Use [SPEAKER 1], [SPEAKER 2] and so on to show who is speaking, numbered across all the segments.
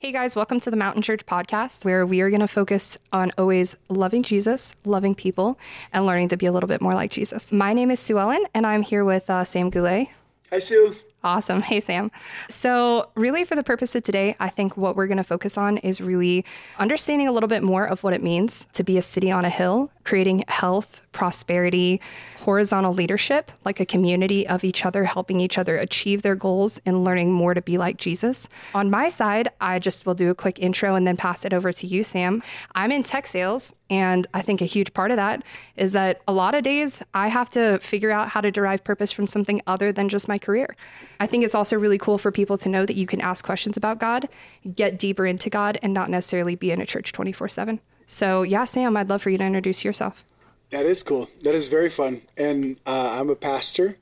[SPEAKER 1] Hey guys, welcome to the Mountain Church podcast, where we are going to focus on always loving Jesus, loving people, and learning to be a little bit more like Jesus. My name is Sue Ellen, and I'm here with uh, Sam Goulet.
[SPEAKER 2] Hi, Sue.
[SPEAKER 1] Awesome. Hey, Sam. So, really, for the purpose of today, I think what we're going to focus on is really understanding a little bit more of what it means to be a city on a hill, creating health, prosperity, horizontal leadership, like a community of each other, helping each other achieve their goals and learning more to be like Jesus. On my side, I just will do a quick intro and then pass it over to you, Sam. I'm in tech sales, and I think a huge part of that is that a lot of days I have to figure out how to derive purpose from something other than just my career. I think it's also really cool for people to know that you can ask questions about God, get deeper into God, and not necessarily be in a church 24 7. So, yeah, Sam, I'd love for you to introduce yourself.
[SPEAKER 2] That is cool. That is very fun. And uh, I'm a pastor,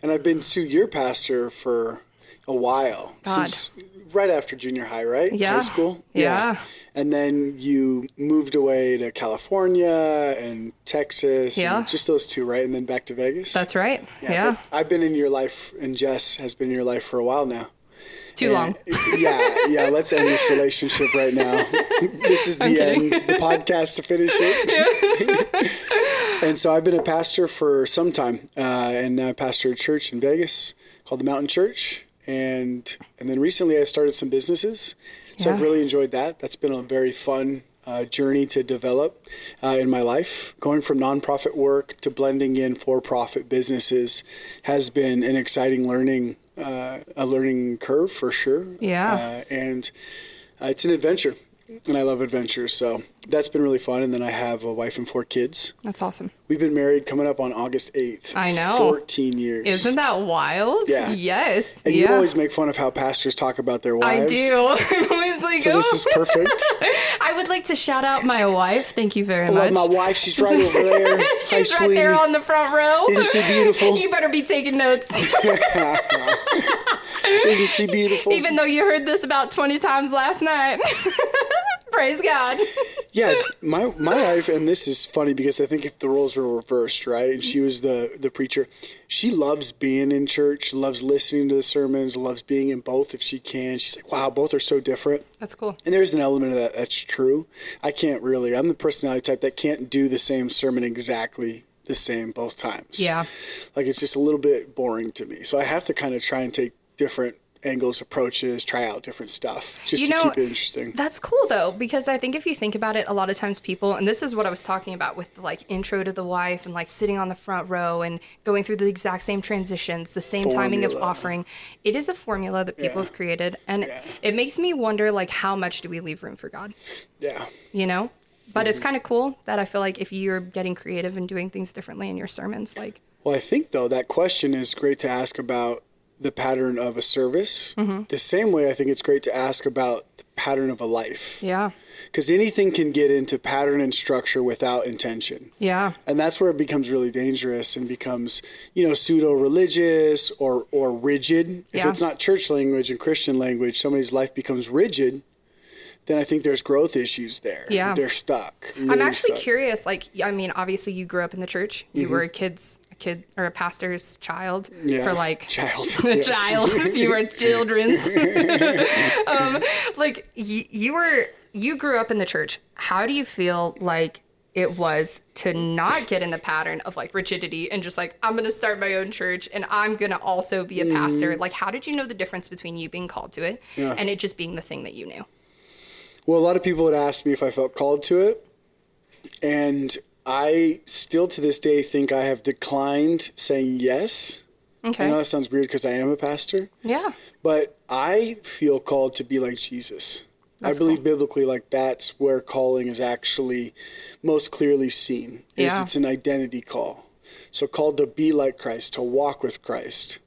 [SPEAKER 2] and I've been Sue, your pastor, for a while
[SPEAKER 1] God.
[SPEAKER 2] since right after junior high, right?
[SPEAKER 1] Yeah.
[SPEAKER 2] High school.
[SPEAKER 1] Yeah.
[SPEAKER 2] And then you moved away to California and Texas. and
[SPEAKER 1] Yeah.
[SPEAKER 2] just those two, right? And then back to Vegas.
[SPEAKER 1] That's right. Yeah.
[SPEAKER 2] but I've been in your life, and Jess has been in your life for a while now.
[SPEAKER 1] Too long.
[SPEAKER 2] yeah, yeah. Let's end this relationship right now. this is the end. The podcast to finish it. and so I've been a pastor for some time, uh, and now I pastor a church in Vegas called the Mountain Church, and and then recently I started some businesses. So I've
[SPEAKER 1] Yeah.
[SPEAKER 2] really enjoyed that. That's been a very fun. Uh, journey to develop uh, in my life. Going from nonprofit work to blending in for profit businesses has been an exciting learning uh, a learning curve for sure.
[SPEAKER 1] Yeah.
[SPEAKER 2] Uh, and uh, it's an adventure, and I love adventures. So that's been really fun. And then I have a wife and four kids.
[SPEAKER 1] That's awesome.
[SPEAKER 2] We've been married coming up on August 8th.
[SPEAKER 1] I know.
[SPEAKER 2] 14 years.
[SPEAKER 1] Isn't that wild?
[SPEAKER 2] Yeah.
[SPEAKER 1] Yes.
[SPEAKER 2] and
[SPEAKER 1] yeah.
[SPEAKER 2] you always make fun of how pastors talk about their
[SPEAKER 1] I
[SPEAKER 2] wives.
[SPEAKER 1] do. I'm always like,
[SPEAKER 2] So this
[SPEAKER 1] "Oh."
[SPEAKER 2] is perfect.
[SPEAKER 1] I would like to shout out my wife. Thank you very
[SPEAKER 2] Love
[SPEAKER 1] much.
[SPEAKER 2] my wife. She's right over there. Hi,
[SPEAKER 1] She's right
[SPEAKER 2] sweetie.
[SPEAKER 1] there on the front row.
[SPEAKER 2] Isn't she beautiful?
[SPEAKER 1] You better be taking notes.
[SPEAKER 2] Isn't she beautiful?
[SPEAKER 1] even though you heard this about 20 times last night. Praise God.
[SPEAKER 2] Yeah, my my wife, and this is funny because I think if the roles were reversed, right, and she was the the preacher, she loves being in church, loves listening to the sermons, loves being in both if she can. She's like, wow, both are so different,
[SPEAKER 1] That's cool.
[SPEAKER 2] and there's an element of that that's true. I can't really, I'm the personality type that can't do the same sermon exactly the same both times.
[SPEAKER 1] Yeah.
[SPEAKER 2] like it's just a little bit boring to me, so I have to kind of try and take different angles, approaches, try out different stuff just
[SPEAKER 1] You
[SPEAKER 2] to
[SPEAKER 1] know,
[SPEAKER 2] keep it interesting.
[SPEAKER 1] That's cool though, because I think if you think about it, a lot of times people, and this is what I was talking about with the, like intro to the wife and like sitting on the front row and going through the exact same transitions, the same timing of
[SPEAKER 2] Formula.
[SPEAKER 1] offering. It is a formula that people
[SPEAKER 2] Yeah.
[SPEAKER 1] have created, and it makes me wonder like how much do we leave room for God?
[SPEAKER 2] yeah.
[SPEAKER 1] You know. But
[SPEAKER 2] Mm-hmm.
[SPEAKER 1] it's kind of cool that I feel like if you're getting creative and doing things differently in your sermons, like
[SPEAKER 2] Well, I think though that question is great to ask about the pattern of a service.
[SPEAKER 1] Mm-hmm.
[SPEAKER 2] The same way I think it's great to ask about the pattern of a life.
[SPEAKER 1] yeah,
[SPEAKER 2] Because anything can get into pattern and structure without intention.
[SPEAKER 1] yeah,
[SPEAKER 2] And that's where it becomes really dangerous and becomes, you know, pseudo religious or, or rigid. If
[SPEAKER 1] Yeah.
[SPEAKER 2] it's not church language and Christian language, somebody's life becomes rigid, then I think there's growth issues there.
[SPEAKER 1] Yeah.
[SPEAKER 2] They're stuck.
[SPEAKER 1] I'm
[SPEAKER 2] really
[SPEAKER 1] actually
[SPEAKER 2] stuck. Mm-hmm.
[SPEAKER 1] curious. Like, I mean, obviously, you grew up in the church. You were a kid's a kid or a pastor's child
[SPEAKER 2] Yeah.
[SPEAKER 1] for like
[SPEAKER 2] child.
[SPEAKER 1] a
[SPEAKER 2] Yes.
[SPEAKER 1] child. you were children's. um, like you, you were you grew up in the church. How do you feel like? It was to not get in the pattern of like rigidity and just like, I'm gonna start my own church and I'm gonna also be a pastor. Like, how did you know the difference between you being called to it
[SPEAKER 2] Mm. Yeah.
[SPEAKER 1] and it just being the thing that you knew?
[SPEAKER 2] Well, a lot of people would ask me if I felt called to it. And I still to this day think I have declined saying yes.
[SPEAKER 1] Okay.
[SPEAKER 2] I know that sounds weird because I am a pastor,
[SPEAKER 1] yeah.
[SPEAKER 2] but I feel called to be like Jesus.
[SPEAKER 1] That's
[SPEAKER 2] I believe biblically, like that's where calling is actually most clearly seen. Is
[SPEAKER 1] Yeah.
[SPEAKER 2] it's an identity call. So called to be like Christ, to walk with Christ.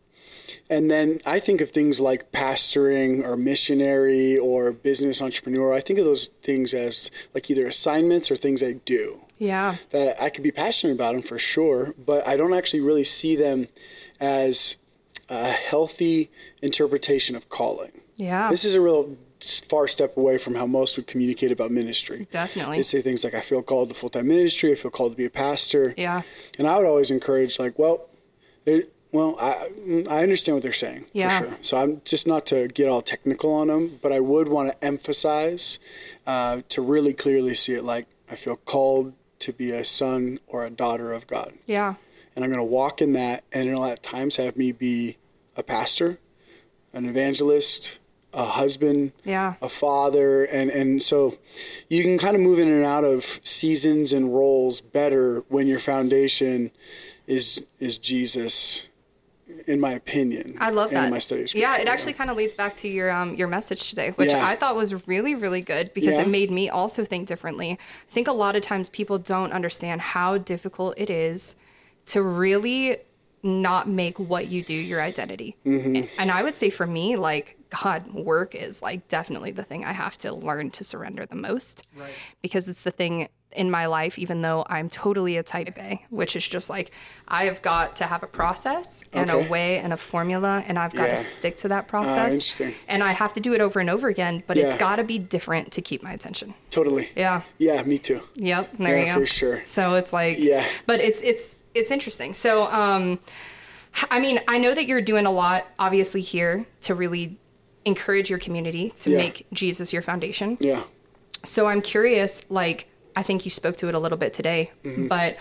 [SPEAKER 2] And then I think of things like pastoring or missionary or business entrepreneur. I think of those things as like either assignments or things I do
[SPEAKER 1] Yeah.
[SPEAKER 2] that I could be passionate about them for sure, but I don't actually really see them as a healthy interpretation of calling.
[SPEAKER 1] Yeah.
[SPEAKER 2] This is a real s- far step away from how most would communicate about ministry.
[SPEAKER 1] Definitely.
[SPEAKER 2] They'd say things like, I feel called to full time ministry, I feel called to be a pastor.
[SPEAKER 1] Yeah.
[SPEAKER 2] And I would always encourage, like, well, there, Well, I I understand what they're saying
[SPEAKER 1] Yeah.
[SPEAKER 2] for sure. So I'm just not to get all technical on them, but I would want to emphasize uh, to really clearly see it. Like I feel called to be a son or a daughter of God,
[SPEAKER 1] Yeah.
[SPEAKER 2] and I'm going to walk in that, and it'll at times have me be a pastor, an evangelist, a husband,
[SPEAKER 1] Yeah.
[SPEAKER 2] a father and and so you can kind of move in and out of seasons and roles better when your foundation is is Jesus in my opinion
[SPEAKER 1] I love
[SPEAKER 2] and
[SPEAKER 1] that.
[SPEAKER 2] in my study of
[SPEAKER 1] yeah, it
[SPEAKER 2] scripture.
[SPEAKER 1] actually kind of leads back to your um, your message today, which
[SPEAKER 2] Yeah.
[SPEAKER 1] I thought was really really good because
[SPEAKER 2] Yeah.
[SPEAKER 1] it made me also think differently. I think a lot of times people don't understand how difficult it is to really not make what you do your identity.
[SPEAKER 2] Mm-hmm.
[SPEAKER 1] And- And I would say for me, like God, work is like definitely the thing I have to learn to surrender the most
[SPEAKER 2] Right.
[SPEAKER 1] because it's the thing in my life, even though I'm totally a type A, which is just like I have got to have a process and
[SPEAKER 2] Okay.
[SPEAKER 1] a way and a formula, and I've got
[SPEAKER 2] Yeah. Oh,
[SPEAKER 1] to stick to that process.
[SPEAKER 2] interesting.
[SPEAKER 1] and I have to do it over and over again, but it's
[SPEAKER 2] Yeah.
[SPEAKER 1] got to be different to keep my attention.
[SPEAKER 2] totally
[SPEAKER 1] Yeah.
[SPEAKER 2] yeah me too
[SPEAKER 1] Yep. There you
[SPEAKER 2] Yeah,
[SPEAKER 1] go.
[SPEAKER 2] for sure.
[SPEAKER 1] So it's like,
[SPEAKER 2] Yeah.
[SPEAKER 1] But it's it's it's interesting. So um, I mean, I know that you're doing a lot, obviously here to really encourage your community to
[SPEAKER 2] Yeah.
[SPEAKER 1] make Jesus your foundation.
[SPEAKER 2] yeah
[SPEAKER 1] So I'm curious, like, I think you spoke to it a little bit today,
[SPEAKER 2] Mm-hmm.
[SPEAKER 1] but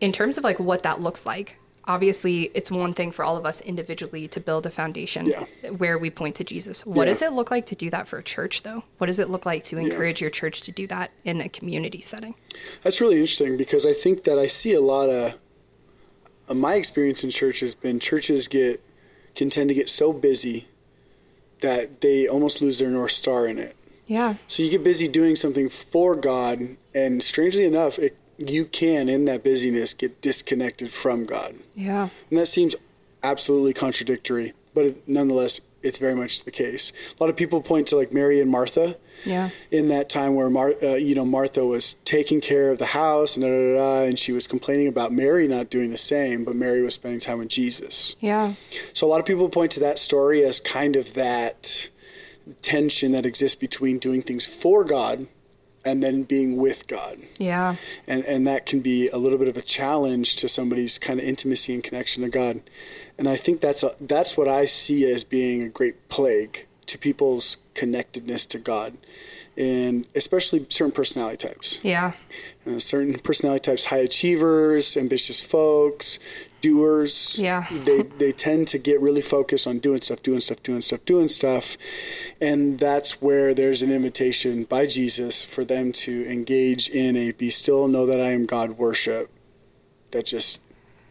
[SPEAKER 1] in terms of like what that looks like, obviously it's one thing for all of us individually to build a foundation
[SPEAKER 2] Yeah.
[SPEAKER 1] where we point to Jesus. What
[SPEAKER 2] Yeah.
[SPEAKER 1] does it look like to do that for a church though? What does it look like to encourage your church to do that in a community setting?
[SPEAKER 2] That's really interesting because I think that I see a lot of, of my experience in church has been churches get can tend to get so busy that they almost lose their north star in it.
[SPEAKER 1] Yeah.
[SPEAKER 2] So you get busy doing something for God, and strangely enough, it, you can in that busyness get disconnected from God,
[SPEAKER 1] Yeah.
[SPEAKER 2] and that seems absolutely contradictory, but it, nonetheless, it's very much the case. A lot of people point to like Mary and Martha,
[SPEAKER 1] Yeah.
[SPEAKER 2] in that time where Mar- uh, you know Martha was taking care of the house and da, da, da, da, and she was complaining about Mary not doing the same, but Mary was spending time with Jesus.
[SPEAKER 1] Yeah.
[SPEAKER 2] So a lot of people point to that story as kind of that tension that exists between doing things for God and then being with God.
[SPEAKER 1] Yeah.
[SPEAKER 2] And and that can be a little bit of a challenge to somebody's kind of intimacy and connection to God. And I think that's a, that's what I see as being a great plague to people's connectedness to God. And especially certain personality types.
[SPEAKER 1] Yeah.
[SPEAKER 2] Uh, certain personality types, high achievers, ambitious folks, doers.
[SPEAKER 1] Yeah.
[SPEAKER 2] They they tend to get really focused on doing stuff, doing stuff, doing stuff, doing stuff. And that's where there's an invitation by Jesus for them to engage in a be still, know that I am God worship. That just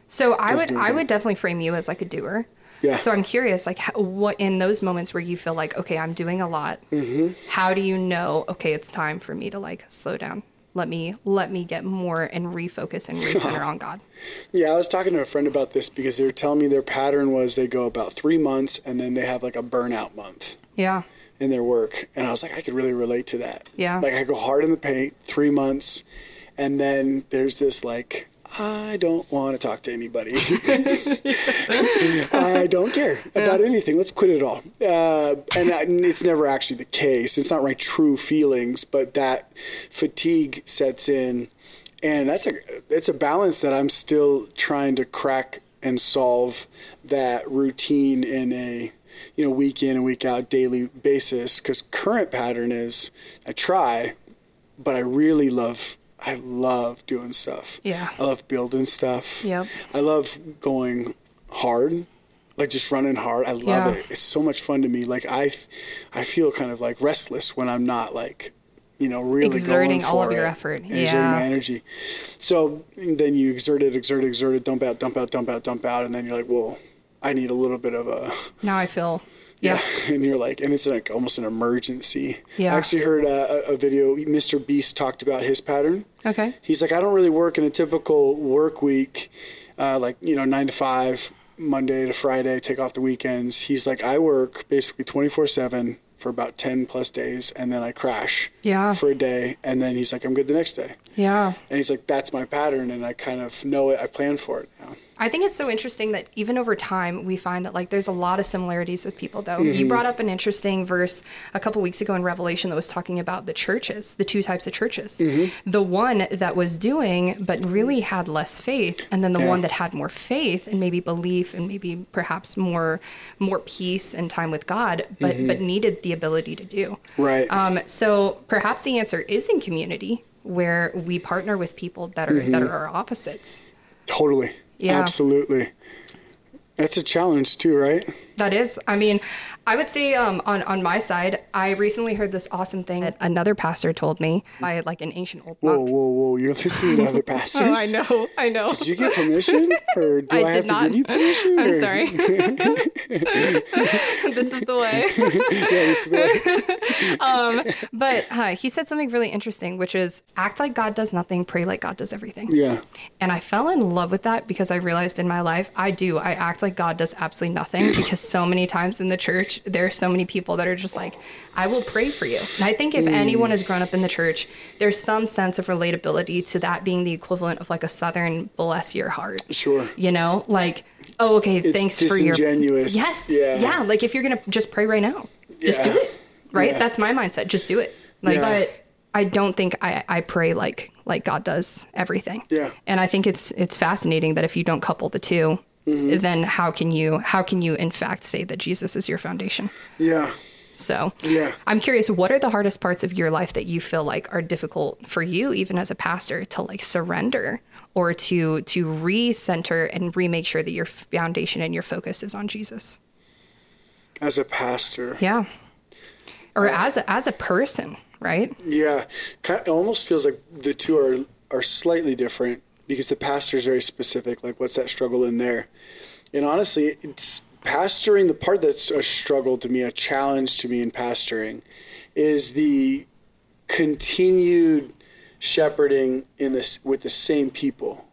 [SPEAKER 1] So I
[SPEAKER 2] Does
[SPEAKER 1] would
[SPEAKER 2] do
[SPEAKER 1] I
[SPEAKER 2] that.
[SPEAKER 1] would definitely frame you as like a doer.
[SPEAKER 2] Yeah.
[SPEAKER 1] So I'm curious, like, how, what in those moments where you feel like, okay, I'm doing a lot.
[SPEAKER 2] Mm-hmm.
[SPEAKER 1] How do you know? Okay, it's time for me to like slow down. Let me let me get more and refocus and recenter on God.
[SPEAKER 2] Yeah, I was talking to a friend about this because they were telling me their pattern was they go about three months and then they have like a burnout month.
[SPEAKER 1] Yeah.
[SPEAKER 2] in their work. And I was like, I could really relate to that.
[SPEAKER 1] Yeah.
[SPEAKER 2] Like I go hard in the paint, three months, and then there's this like, I don't want to talk to anybody. I don't care about anything. Let's quit it all. Uh, and, that, and it's never actually the case. It's not my true feelings, but that fatigue sets in, and that's a it's a balance that I'm still trying to crack and solve that routine in a you know week in and week out daily basis. Because current pattern is I try, but I really love. I love doing stuff.
[SPEAKER 1] Yeah.
[SPEAKER 2] I love building stuff.
[SPEAKER 1] Yep.
[SPEAKER 2] I love going hard, like just running hard. I love
[SPEAKER 1] Yeah.
[SPEAKER 2] it. It's so much fun to me. Like I, I feel kind of like restless when I'm not like, you know, really
[SPEAKER 1] Exerting
[SPEAKER 2] going
[SPEAKER 1] all of
[SPEAKER 2] for
[SPEAKER 1] your
[SPEAKER 2] it
[SPEAKER 1] effort.
[SPEAKER 2] and exerting
[SPEAKER 1] Yeah.
[SPEAKER 2] my energy. So then you exert it, exert it, exert it, dump out, dump out, dump out, dump out, and then you're like, well, I need a little bit of a
[SPEAKER 1] Now I feel. Yeah.
[SPEAKER 2] and you're like, and it's like almost an emergency.
[SPEAKER 1] Yeah.
[SPEAKER 2] I actually heard uh, a, a a video. Mr. Beast talked about his pattern.
[SPEAKER 1] Okay.
[SPEAKER 2] He's like, I don't really work in a typical work week, uh, like, you know, nine to five, Monday to Friday, take off the weekends. He's like, I work basically 24 7 for about 10 plus days, and then I crash
[SPEAKER 1] Yeah.
[SPEAKER 2] for a day. And then he's like, I'm good the next day.
[SPEAKER 1] Yeah.
[SPEAKER 2] And he's like, that's my pattern. And I kind of know it. I plan for it now.
[SPEAKER 1] I think it's so interesting that even over time, we find that like there's a lot of similarities with people, though.
[SPEAKER 2] Mm-hmm.
[SPEAKER 1] You brought up an interesting verse a couple weeks ago in Revelation that was talking about the churches, the two types of churches.
[SPEAKER 2] Mm-hmm.
[SPEAKER 1] The one that was doing, but really had less faith, and then the
[SPEAKER 2] Yeah.
[SPEAKER 1] one that had more faith and maybe belief and maybe perhaps more more peace and time with God, but but needed the ability to do.
[SPEAKER 2] Mm-hmm. Right.
[SPEAKER 1] Um, so perhaps the answer is in community, where we partner with people that are
[SPEAKER 2] Mm-hmm.
[SPEAKER 1] that are our opposites.
[SPEAKER 2] Totally.
[SPEAKER 1] Yeah.
[SPEAKER 2] Absolutely. That's a challenge too, right?
[SPEAKER 1] That is, I mean, I would say um, on on my side, I recently heard this awesome thing that another pastor told me by like an ancient old
[SPEAKER 2] Whoa,
[SPEAKER 1] monk.
[SPEAKER 2] whoa, whoa! You're listening to other pastors.
[SPEAKER 3] Oh, I know. I know.
[SPEAKER 2] Did you get permission, or do I,
[SPEAKER 3] I
[SPEAKER 2] have
[SPEAKER 3] did
[SPEAKER 2] to
[SPEAKER 3] not.
[SPEAKER 2] give you permission?
[SPEAKER 3] I'm
[SPEAKER 2] or-
[SPEAKER 3] sorry. this is the way.
[SPEAKER 2] yeah, this is the-
[SPEAKER 1] Um, But uh, he said something really interesting, which is act like God does nothing, pray like God does everything.
[SPEAKER 2] yeah.
[SPEAKER 1] And I fell in love with that because I realized in my life, I do. I act like God does absolutely nothing because so many times in the church, there are so many people that are just like, I will pray for you. And I think if
[SPEAKER 2] Mm.
[SPEAKER 1] anyone has grown up in the church, there's some sense of relatability to that being the equivalent of like a Southern bless your heart.
[SPEAKER 2] Sure.
[SPEAKER 1] You know, like, oh, okay, thanks for your.
[SPEAKER 2] disingenuous.
[SPEAKER 1] Yes.
[SPEAKER 2] Yeah.
[SPEAKER 1] Yeah. Like if you're going to just pray right now, just
[SPEAKER 2] Yeah.
[SPEAKER 1] do it. Right.
[SPEAKER 2] Yeah.
[SPEAKER 1] That's my mindset. Just do it. Like,
[SPEAKER 2] Yeah.
[SPEAKER 1] but I don't think I, I pray like like God does everything.
[SPEAKER 2] Yeah.
[SPEAKER 1] And I think it's it's fascinating that if you don't couple the 2
[SPEAKER 2] Mm-hmm.
[SPEAKER 1] then how can you how can you in fact say that Jesus is your foundation?
[SPEAKER 2] Yeah.
[SPEAKER 1] So
[SPEAKER 2] Yeah.
[SPEAKER 1] I'm curious, what are the hardest parts of your life that you feel like are difficult for you, even as a pastor, to like surrender or to to recenter and remake sure that your foundation and your focus is on Jesus?
[SPEAKER 2] As a pastor.
[SPEAKER 1] Yeah. Or
[SPEAKER 2] Uh,
[SPEAKER 1] as a, as a person, right?
[SPEAKER 2] Yeah, kind it almost feels like the two are are slightly different because the pastor is very specific. Like, what's that struggle in there? And honestly, it's pastoring. The part that's a struggle to me, a challenge to me in pastoring, is the continued shepherding in this with the same people.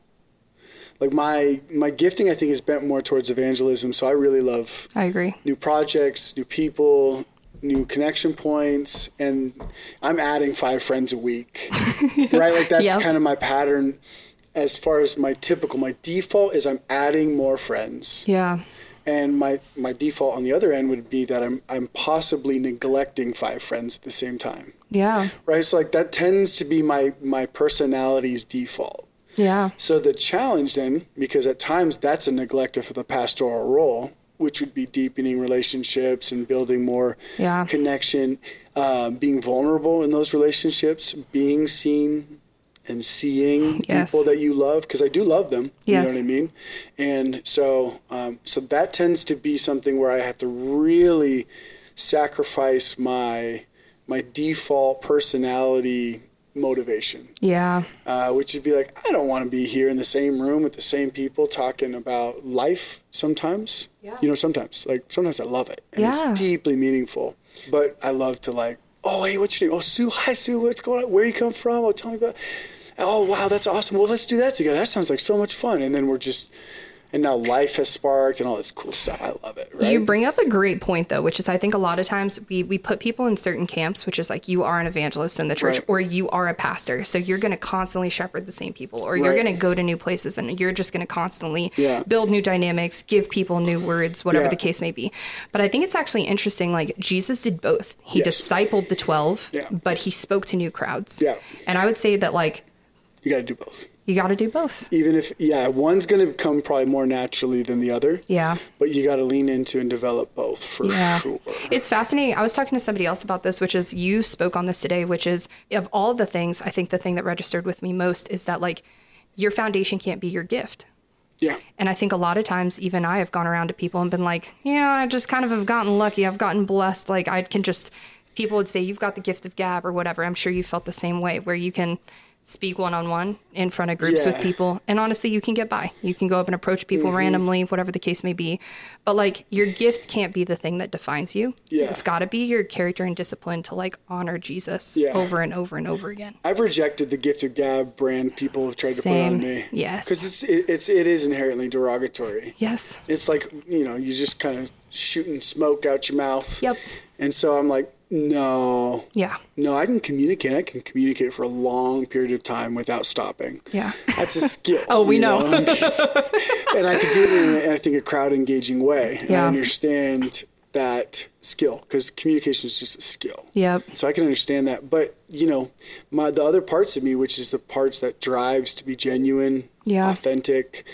[SPEAKER 2] Like my my gifting, I think, is bent more towards evangelism. So I really love
[SPEAKER 1] I agree.
[SPEAKER 2] new projects, new people, new connection points, and I'm adding five friends a week. Right? Like that's
[SPEAKER 1] Yep.
[SPEAKER 2] kind of my pattern as far as my typical my default is I'm adding more friends.
[SPEAKER 1] Yeah.
[SPEAKER 2] And my my default on the other end would be that I'm I'm possibly neglecting five friends at the same time.
[SPEAKER 1] Yeah.
[SPEAKER 2] Right? So like that tends to be my my personality's default.
[SPEAKER 1] Yeah.
[SPEAKER 2] So the challenge then, because at times that's a neglect of the pastoral role, which would be deepening relationships and building more
[SPEAKER 1] Yeah.
[SPEAKER 2] connection, um, being vulnerable in those relationships, being seen and seeing
[SPEAKER 1] Yes.
[SPEAKER 2] people that you love, because I do love them. You
[SPEAKER 1] Yes.
[SPEAKER 2] know what I mean? And so, um, so that tends to be something where I have to really sacrifice my my default personality motivation
[SPEAKER 1] Yeah.
[SPEAKER 2] uh, which would be like, I don't want to be here in the same room with the same people talking about life sometimes.
[SPEAKER 1] Yeah.
[SPEAKER 2] You know, sometimes. Like, sometimes I love it. And
[SPEAKER 1] Yeah.
[SPEAKER 2] it's deeply meaningful. But I love to, like, oh, hey, what's your name? Oh, Sue. Hi, Sue. What's going on? Where you come from? Oh, tell me about Oh, wow, that's awesome. Well, let's do that together. That sounds like so much fun. And then we're just, and now life has sparked and all this cool stuff. I love it. Right?
[SPEAKER 1] You bring up a great point though, which is I think a lot of times we we put people in certain camps, which is like you are an evangelist in the church
[SPEAKER 2] Right.
[SPEAKER 1] or you are a pastor. So you're going to constantly shepherd the same people or you're
[SPEAKER 2] Right.
[SPEAKER 1] going to go to new places and you're just going to constantly
[SPEAKER 2] Yeah.
[SPEAKER 1] build new dynamics, give people new words, whatever
[SPEAKER 2] Yeah.
[SPEAKER 1] the case may be. But I think it's actually interesting like Jesus did both. He
[SPEAKER 2] Yes.
[SPEAKER 1] discipled the 12,
[SPEAKER 2] Yeah.
[SPEAKER 1] but he spoke to new crowds.
[SPEAKER 2] Yeah.
[SPEAKER 1] And I would say that like
[SPEAKER 2] you got to do both.
[SPEAKER 1] you got to do both.
[SPEAKER 2] Even if, yeah, one's going to come probably more naturally than the other.
[SPEAKER 1] Yeah.
[SPEAKER 2] But you got to lean into and develop both for
[SPEAKER 1] Yeah.
[SPEAKER 2] sure.
[SPEAKER 1] It's fascinating. I was talking to somebody else about this, which is you spoke on this today, which is of all the things, I think the thing that registered with me most is that like your foundation can't be your gift.
[SPEAKER 2] Yeah.
[SPEAKER 1] And I think a lot of times, even I have gone around to people and been like, yeah, I just kind of have gotten lucky. I've gotten blessed. Like, I can just, people would say, you've got the gift of gab or whatever. I'm sure you felt the same way, where you can speak one on one in front of groups with
[SPEAKER 2] Yeah. Mm-hmm.
[SPEAKER 1] people. And honestly, you can get by. You can go up and approach people randomly, whatever the case may be. But like, your gift can't be the thing that defines you.
[SPEAKER 2] Yeah.
[SPEAKER 1] It's got to be your character and discipline to like honor Jesus
[SPEAKER 2] Yeah.
[SPEAKER 1] over and over and over again.
[SPEAKER 2] I've rejected the gift of gab brand people have tried to
[SPEAKER 1] Same.
[SPEAKER 2] put on me.
[SPEAKER 1] Yes.
[SPEAKER 2] because it's it, it's it is inherently derogatory.
[SPEAKER 1] Yes.
[SPEAKER 2] It's like you know you're just kind of shooting smoke out your mouth.
[SPEAKER 1] Yep.
[SPEAKER 2] And so I'm like, No.
[SPEAKER 1] Yeah.
[SPEAKER 2] No, I can communicate. I can communicate for a long period of time without stopping.
[SPEAKER 1] Yeah.
[SPEAKER 2] That's a skill.
[SPEAKER 1] Oh, we
[SPEAKER 2] you
[SPEAKER 1] know.
[SPEAKER 2] and I can do it in, I think, a crowd engaging way. And
[SPEAKER 1] Yeah.
[SPEAKER 2] I understand that skill because communication is just a skill.
[SPEAKER 1] Yep.
[SPEAKER 2] So I can understand that. But, you know, my the other parts of me, which is the parts that drives to be genuine,
[SPEAKER 1] Yeah.
[SPEAKER 2] authentic,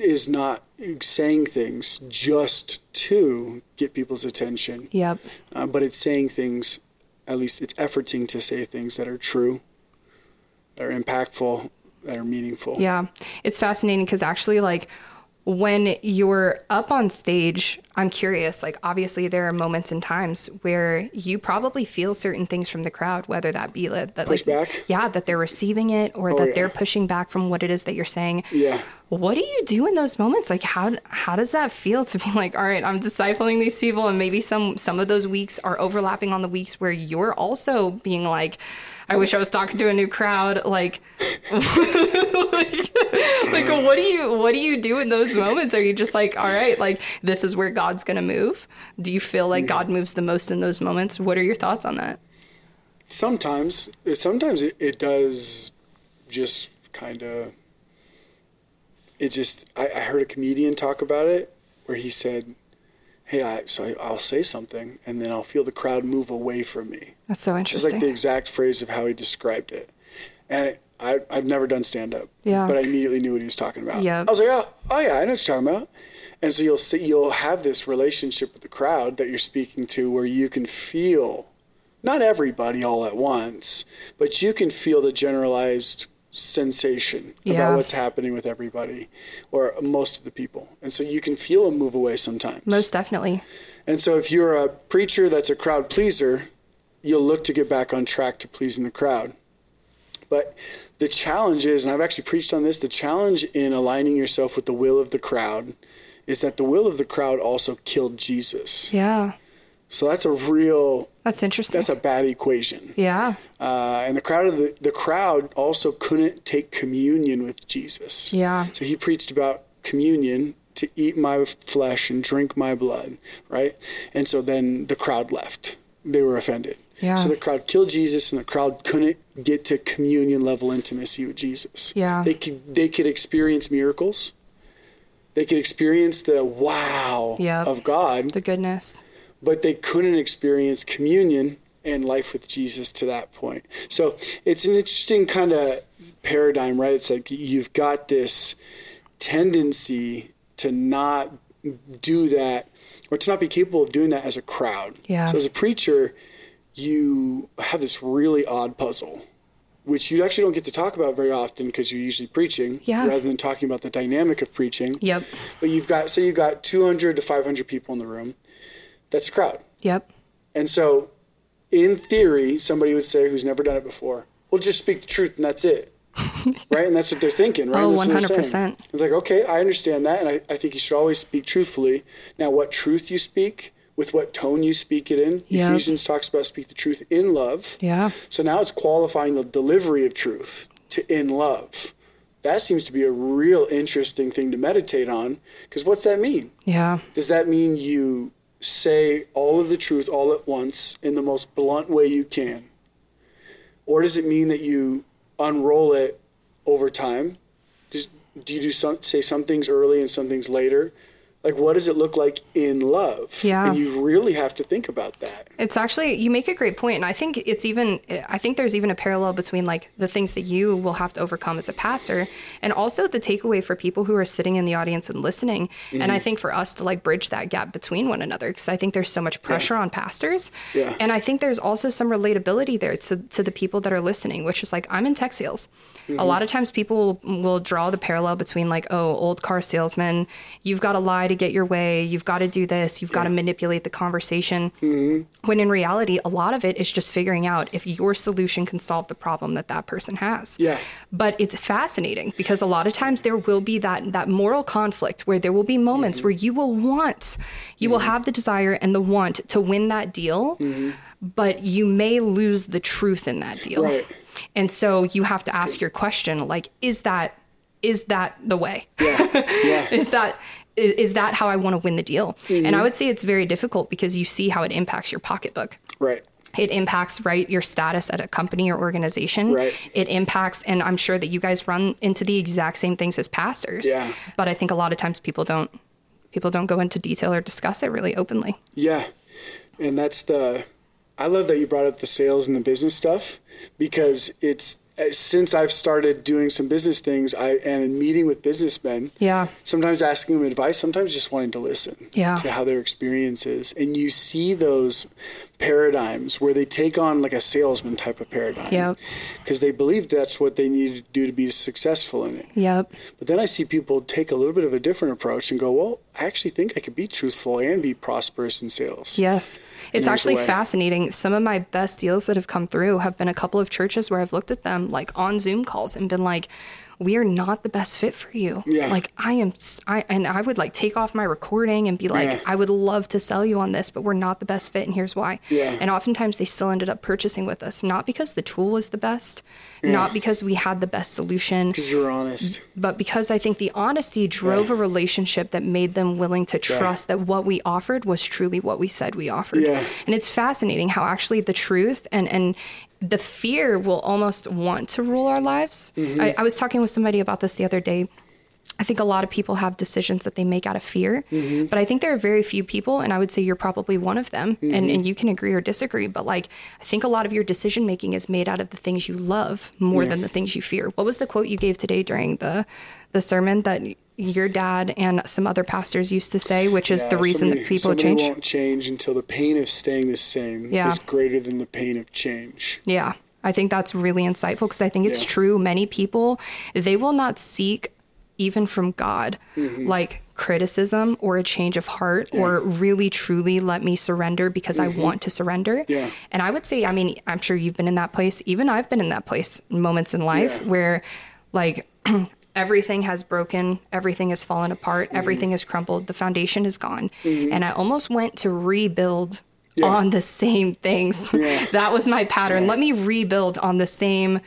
[SPEAKER 2] is not saying things just to get people's attention
[SPEAKER 1] Yep.
[SPEAKER 2] uh, but it's saying things at least it's efforting to say things that are true that are impactful that are meaningful
[SPEAKER 1] Yeah. It's fascinating because actually, like, when you're up on stage, I'm curious. Like, obviously, there are moments and times where you probably feel certain things from the crowd, whether that be like, that, like,
[SPEAKER 2] Pushback? Oh,
[SPEAKER 1] yeah, that they're receiving it or that
[SPEAKER 2] yeah.
[SPEAKER 1] they're pushing back from what it is that you're saying.
[SPEAKER 2] Yeah.
[SPEAKER 1] What do you do in those moments? Like, how how does that feel to be like, all right, I'm discipling these people, and maybe some some of those weeks are overlapping on the weeks where you're also being like. I wish I was talking to a new crowd. Like, like what do you what do you do in those moments are you just like all right like this is where god's gonna move do you feel like god moves the most in those moments what are your thoughts on that
[SPEAKER 2] sometimes sometimes it, it does just kind of it just I, I heard a comedian talk about it where he said hey I, so I, i'll say something and then i'll feel the crowd move away from me
[SPEAKER 1] that's so
[SPEAKER 2] It's like
[SPEAKER 1] interesting
[SPEAKER 2] the exact phrase of how he described it. And it, I, I've never done stand up.
[SPEAKER 1] Yeah.
[SPEAKER 2] But I immediately knew what he was talking about.
[SPEAKER 1] Yeah.
[SPEAKER 2] I was like, oh, oh yeah, I know what you're talking about. And so you'll see, you'll have this relationship with the crowd that you're speaking to, where you can feel, not everybody all at once, but you can feel the generalized sensation
[SPEAKER 1] Yeah.
[SPEAKER 2] about what's happening with everybody, or most of the people. And so you can feel a move away sometimes.
[SPEAKER 1] most definitely
[SPEAKER 2] And so if you're a preacher that's a crowd pleaser, you'll look to get back on track to pleasing the crowd. But the challenge is, and I've actually preached on this, the challenge in aligning yourself with the will of the crowd is that the will of the crowd also killed Jesus.
[SPEAKER 1] yeah
[SPEAKER 2] So that's a real
[SPEAKER 1] that's interesting
[SPEAKER 2] that's a bad equation.
[SPEAKER 1] yeah
[SPEAKER 2] Uh, and the crowd of the, the crowd also couldn't take communion with Jesus.
[SPEAKER 1] Yeah.
[SPEAKER 2] So he preached about communion to eat my flesh and drink my blood, right? And so then the crowd left. They were offended.
[SPEAKER 1] Yeah.
[SPEAKER 2] So the crowd killed Jesus and the crowd couldn't get to communion level intimacy with Jesus.
[SPEAKER 1] Yeah.
[SPEAKER 2] They could they could experience miracles. They could experience the wow
[SPEAKER 1] Yep.
[SPEAKER 2] of God
[SPEAKER 1] the goodness
[SPEAKER 2] but they couldn't experience communion and life with Jesus to that point. So it's an interesting kind of paradigm, right? It's like you've got this tendency to not do that or to not be capable of doing that as a crowd.
[SPEAKER 1] Yeah.
[SPEAKER 2] So as a preacher, you have this really odd puzzle. Which you actually don't get to talk about very often because you're usually preaching
[SPEAKER 1] Yeah.
[SPEAKER 2] rather than talking about the dynamic of preaching.
[SPEAKER 1] yep
[SPEAKER 2] But you've got, so you've got 200 to 500 people in the room. That's a crowd.
[SPEAKER 1] yep
[SPEAKER 2] And so, in theory, somebody would say who's never done it before, "Well, just speak the truth, and that's it." right? And that's what they're thinking, right?
[SPEAKER 1] Oh,
[SPEAKER 2] That's what they're
[SPEAKER 1] 100%.
[SPEAKER 2] saying. It's like, okay, I understand that, and I, I think you should always speak truthfully. Now, what truth you speak, with what tone you speak it in.
[SPEAKER 1] Yeah.
[SPEAKER 2] Ephesians talks about speak the truth in love.
[SPEAKER 1] yeah
[SPEAKER 2] So now it's qualifying the delivery of truth to in love. That seems to be a real interesting thing to meditate on, because what's that mean?
[SPEAKER 1] yeah
[SPEAKER 2] Does that mean you say all of the truth all at once in the most blunt way you can? Or does it mean that you unroll it over time? Just, do you do some, say some things early and some things later? Like, what does it look like in love?
[SPEAKER 1] Yeah.
[SPEAKER 2] And you really have to think about that.
[SPEAKER 1] It's actually you make a great point, and I think it's even I think there's even a parallel between like the things that you will have to overcome as a pastor, and also the takeaway for people who are sitting in the audience and listening. And I think for us to like bridge that gap between one another, because I think there's so much pressure on pastors,
[SPEAKER 2] Yeah.
[SPEAKER 1] and I think there's also some relatability there to to the people that are listening, which is like I'm in tech sales. A lot of times people will, will draw the parallel between like oh old car salesman, you've got to lie to get your way, you've got to do this, you've got to manipulate the conversation when in reality a lot of it is just figuring out if your solution can solve the problem that that person has
[SPEAKER 2] Yeah.
[SPEAKER 1] but it's fascinating because a lot of times there will be that that moral conflict where there will be
[SPEAKER 2] Mm-hmm.
[SPEAKER 1] moments where you will want you will have the desire and the want to win that deal
[SPEAKER 2] Mm-hmm.
[SPEAKER 1] but you may lose the truth in that deal
[SPEAKER 2] Right.
[SPEAKER 1] and so you have to ask your question like is that is that the way
[SPEAKER 2] Yeah.
[SPEAKER 1] is that is, is that
[SPEAKER 2] Mm-hmm.
[SPEAKER 1] how i want to win the deal and i would say it's very difficult because you see how it impacts your pocketbook
[SPEAKER 2] right.
[SPEAKER 1] It impacts, right, your status at a company or organization.
[SPEAKER 2] Right.
[SPEAKER 1] It impacts, and I'm sure that you guys run into the exact same things as pastors.
[SPEAKER 2] Yeah.
[SPEAKER 1] But I think a lot of times people don't people don't go into detail or discuss it really openly.
[SPEAKER 2] Yeah. And that's the I love that you brought up the sales and the business stuff because it's uh, since I've started doing some business things I and meeting with businessmen.
[SPEAKER 1] Yeah.
[SPEAKER 2] Sometimes asking them advice, sometimes just wanting to listen
[SPEAKER 1] Yeah.
[SPEAKER 2] to how their experience is. And you see those paradigms where they take on like a salesman type of paradigm.
[SPEAKER 1] Yep.
[SPEAKER 2] Because they believe that's what they need to do to be successful in it.
[SPEAKER 1] Yep.
[SPEAKER 2] But then I see people take a little bit of a different approach and go, well, I actually think I could be truthful and be prosperous in sales.
[SPEAKER 1] Yes. It's
[SPEAKER 2] there's a
[SPEAKER 1] actually
[SPEAKER 2] way.
[SPEAKER 1] fascinating. Some of my best deals that have come through have been a couple of churches where I've looked at them like on Zoom calls and been like, we are not the best fit for you.
[SPEAKER 2] Yeah.
[SPEAKER 1] Like I am, s- I, and I would like take off my recording and be like,
[SPEAKER 2] Yeah.
[SPEAKER 1] I would love to sell you on this, but we're not the best fit. And here's why.
[SPEAKER 2] Yeah.
[SPEAKER 1] And oftentimes they still ended up purchasing with us, not because the tool was the best, not because we had the best solution,
[SPEAKER 2] Because you're honest.
[SPEAKER 1] but because I think the honesty drove a relationship that made them willing to trust that what we offered was truly what we said we offered.
[SPEAKER 2] Yeah.
[SPEAKER 1] And it's fascinating how actually the truth and and the fear will almost want to rule our lives. I, I was talking with somebody about this the other day. I think a lot of people have decisions that they make out of fear, but I think there are very few people, and I would say you're probably one of them, and, and you can agree or disagree, but like I think a lot of your decision making is made out of the things you love more than the things you fear. What was the quote you gave today during the the sermon that your dad and some other pastors used to say, which is
[SPEAKER 2] Yeah,
[SPEAKER 1] the reason
[SPEAKER 2] somebody-
[SPEAKER 1] that people
[SPEAKER 2] somebody
[SPEAKER 1] change?
[SPEAKER 2] won't change until the pain of staying the same
[SPEAKER 1] Yeah.
[SPEAKER 2] is greater than the pain of change.
[SPEAKER 1] Yeah. I think that's really insightful because I think it's
[SPEAKER 2] Yeah.
[SPEAKER 1] true. Many people, they will not seek even from God,
[SPEAKER 2] Mm-hmm.
[SPEAKER 1] like criticism or a change of heart or really truly let me surrender because I want to surrender.
[SPEAKER 2] Mm-hmm. Yeah.
[SPEAKER 1] And I would say, I mean, I'm sure you've been in that place. Even I've been in that place moments in life
[SPEAKER 2] Yeah.
[SPEAKER 1] where like everything has broken, everything has fallen apart, everything has crumbled, the foundation is gone. And I almost went to rebuild on the same things. that was my pattern. Let me rebuild on the same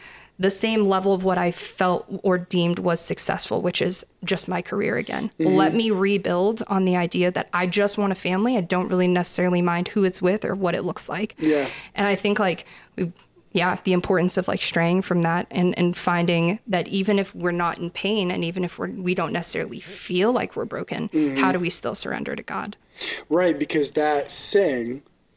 [SPEAKER 1] the same level of what I felt or deemed was successful, which is just my career again. Let me rebuild on the idea that I just want a family. I don't really necessarily mind who it's with or what it looks like.
[SPEAKER 2] Yeah.
[SPEAKER 1] And I think like we yeah, the importance of like straying from that and and finding that even if we're not in pain and even if we're we don't necessarily feel like we're broken, how do we still surrender to God?
[SPEAKER 2] Right, because that saying,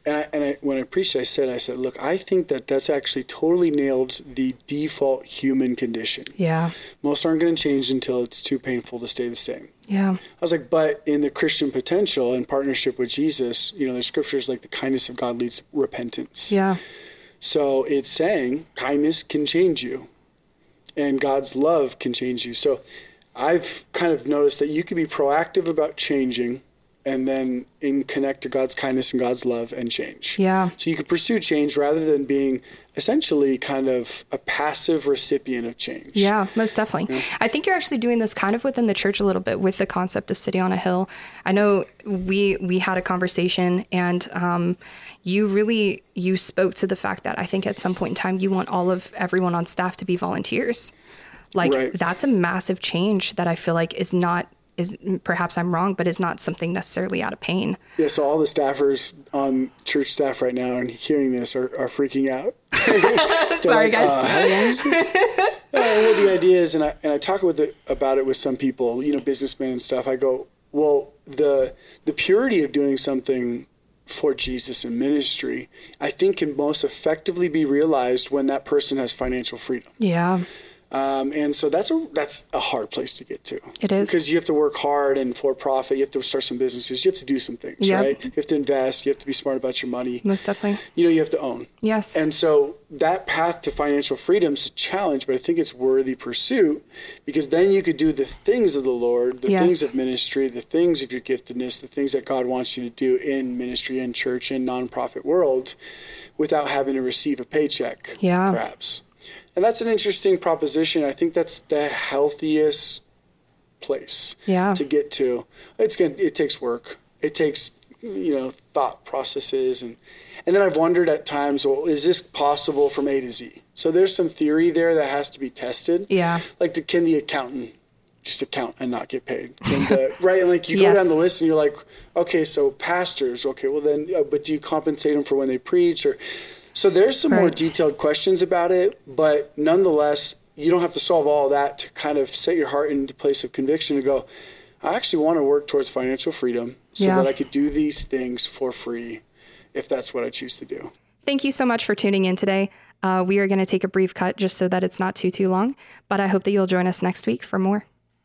[SPEAKER 2] and I, and I, when I preached, I said, I said, look, I think that that's actually totally nailed the default human condition.
[SPEAKER 1] Yeah.
[SPEAKER 2] Most aren't going to change until it's too painful to stay the same.
[SPEAKER 1] Yeah.
[SPEAKER 2] I was like, but in the Christian potential in partnership with Jesus, you know, there's scriptures like the kindness of God leads to repentance.
[SPEAKER 1] Yeah.
[SPEAKER 2] So it's saying kindness can change you and God's love can change you. So I've kind of noticed that you could be proactive about changing and then in connect to God's kindness and God's love and change.
[SPEAKER 1] Yeah.
[SPEAKER 2] So you could pursue change rather than being essentially kind of a passive recipient of change.
[SPEAKER 1] Yeah, most definitely. I think you're actually doing this kind of within the church a little bit with the concept of city on a hill. I know we we had a conversation and um, you really you spoke to the fact that I think at some point in time you want all of everyone on staff to be volunteers. Like
[SPEAKER 2] Right.
[SPEAKER 1] that's a massive change that I feel like is not is perhaps I'm wrong, but is not something necessarily out of pain.
[SPEAKER 2] Yeah, so all the staffers on church staff right now and hearing this are, are freaking out.
[SPEAKER 1] Sorry, guys.
[SPEAKER 2] Uh, how long is this? Uh, well, the idea is, and I and I talk with it, about it with some people, you know, businessmen and stuff. I go, well, the the purity of doing something for Jesus in ministry, I think, can most effectively be realized when that person has financial freedom.
[SPEAKER 1] yeah.
[SPEAKER 2] Um, and so that's a that's a hard place to get to.
[SPEAKER 1] It is.
[SPEAKER 2] because you have to work hard and for profit. You have to start some businesses. You have to do some things,
[SPEAKER 1] Yep.
[SPEAKER 2] right? You have to invest. You have to be smart about your money.
[SPEAKER 1] Most definitely.
[SPEAKER 2] You know, you have to own.
[SPEAKER 1] Yes.
[SPEAKER 2] And so that path to financial freedom is a challenge, but I think it's worthy pursuit because then you could do the things of the Lord, the
[SPEAKER 1] Yes.
[SPEAKER 2] things of ministry, the things of your giftedness, the things that God wants you to do in ministry and church and nonprofit world without having to receive a paycheck.
[SPEAKER 1] Yeah.
[SPEAKER 2] Perhaps. And that's an interesting proposition. I think that's the healthiest place
[SPEAKER 1] Yeah.
[SPEAKER 2] to get to. It's gonna it takes work. It takes you know thought processes and and then I've wondered at times, well, is this possible from A to Z? So there's some theory there that has to be tested.
[SPEAKER 1] Yeah.
[SPEAKER 2] Like, the, can the accountant just account and not get paid? Can the, right? And like you
[SPEAKER 1] Yes.
[SPEAKER 2] go down the list and you're like, okay, so pastors, okay, well then, uh, but do you compensate them for when they preach or? So there's some more
[SPEAKER 1] Right.
[SPEAKER 2] detailed questions about it, but nonetheless, you don't have to solve all that to kind of set your heart into place of conviction to go, I actually want to work towards financial freedom so
[SPEAKER 1] Yeah.
[SPEAKER 2] that I could do these things for free if that's what I choose to do.
[SPEAKER 1] Thank you so much for tuning in today. Uh, we are going to take a brief cut just so that it's not too, too long, but I hope that you'll join us next week for more.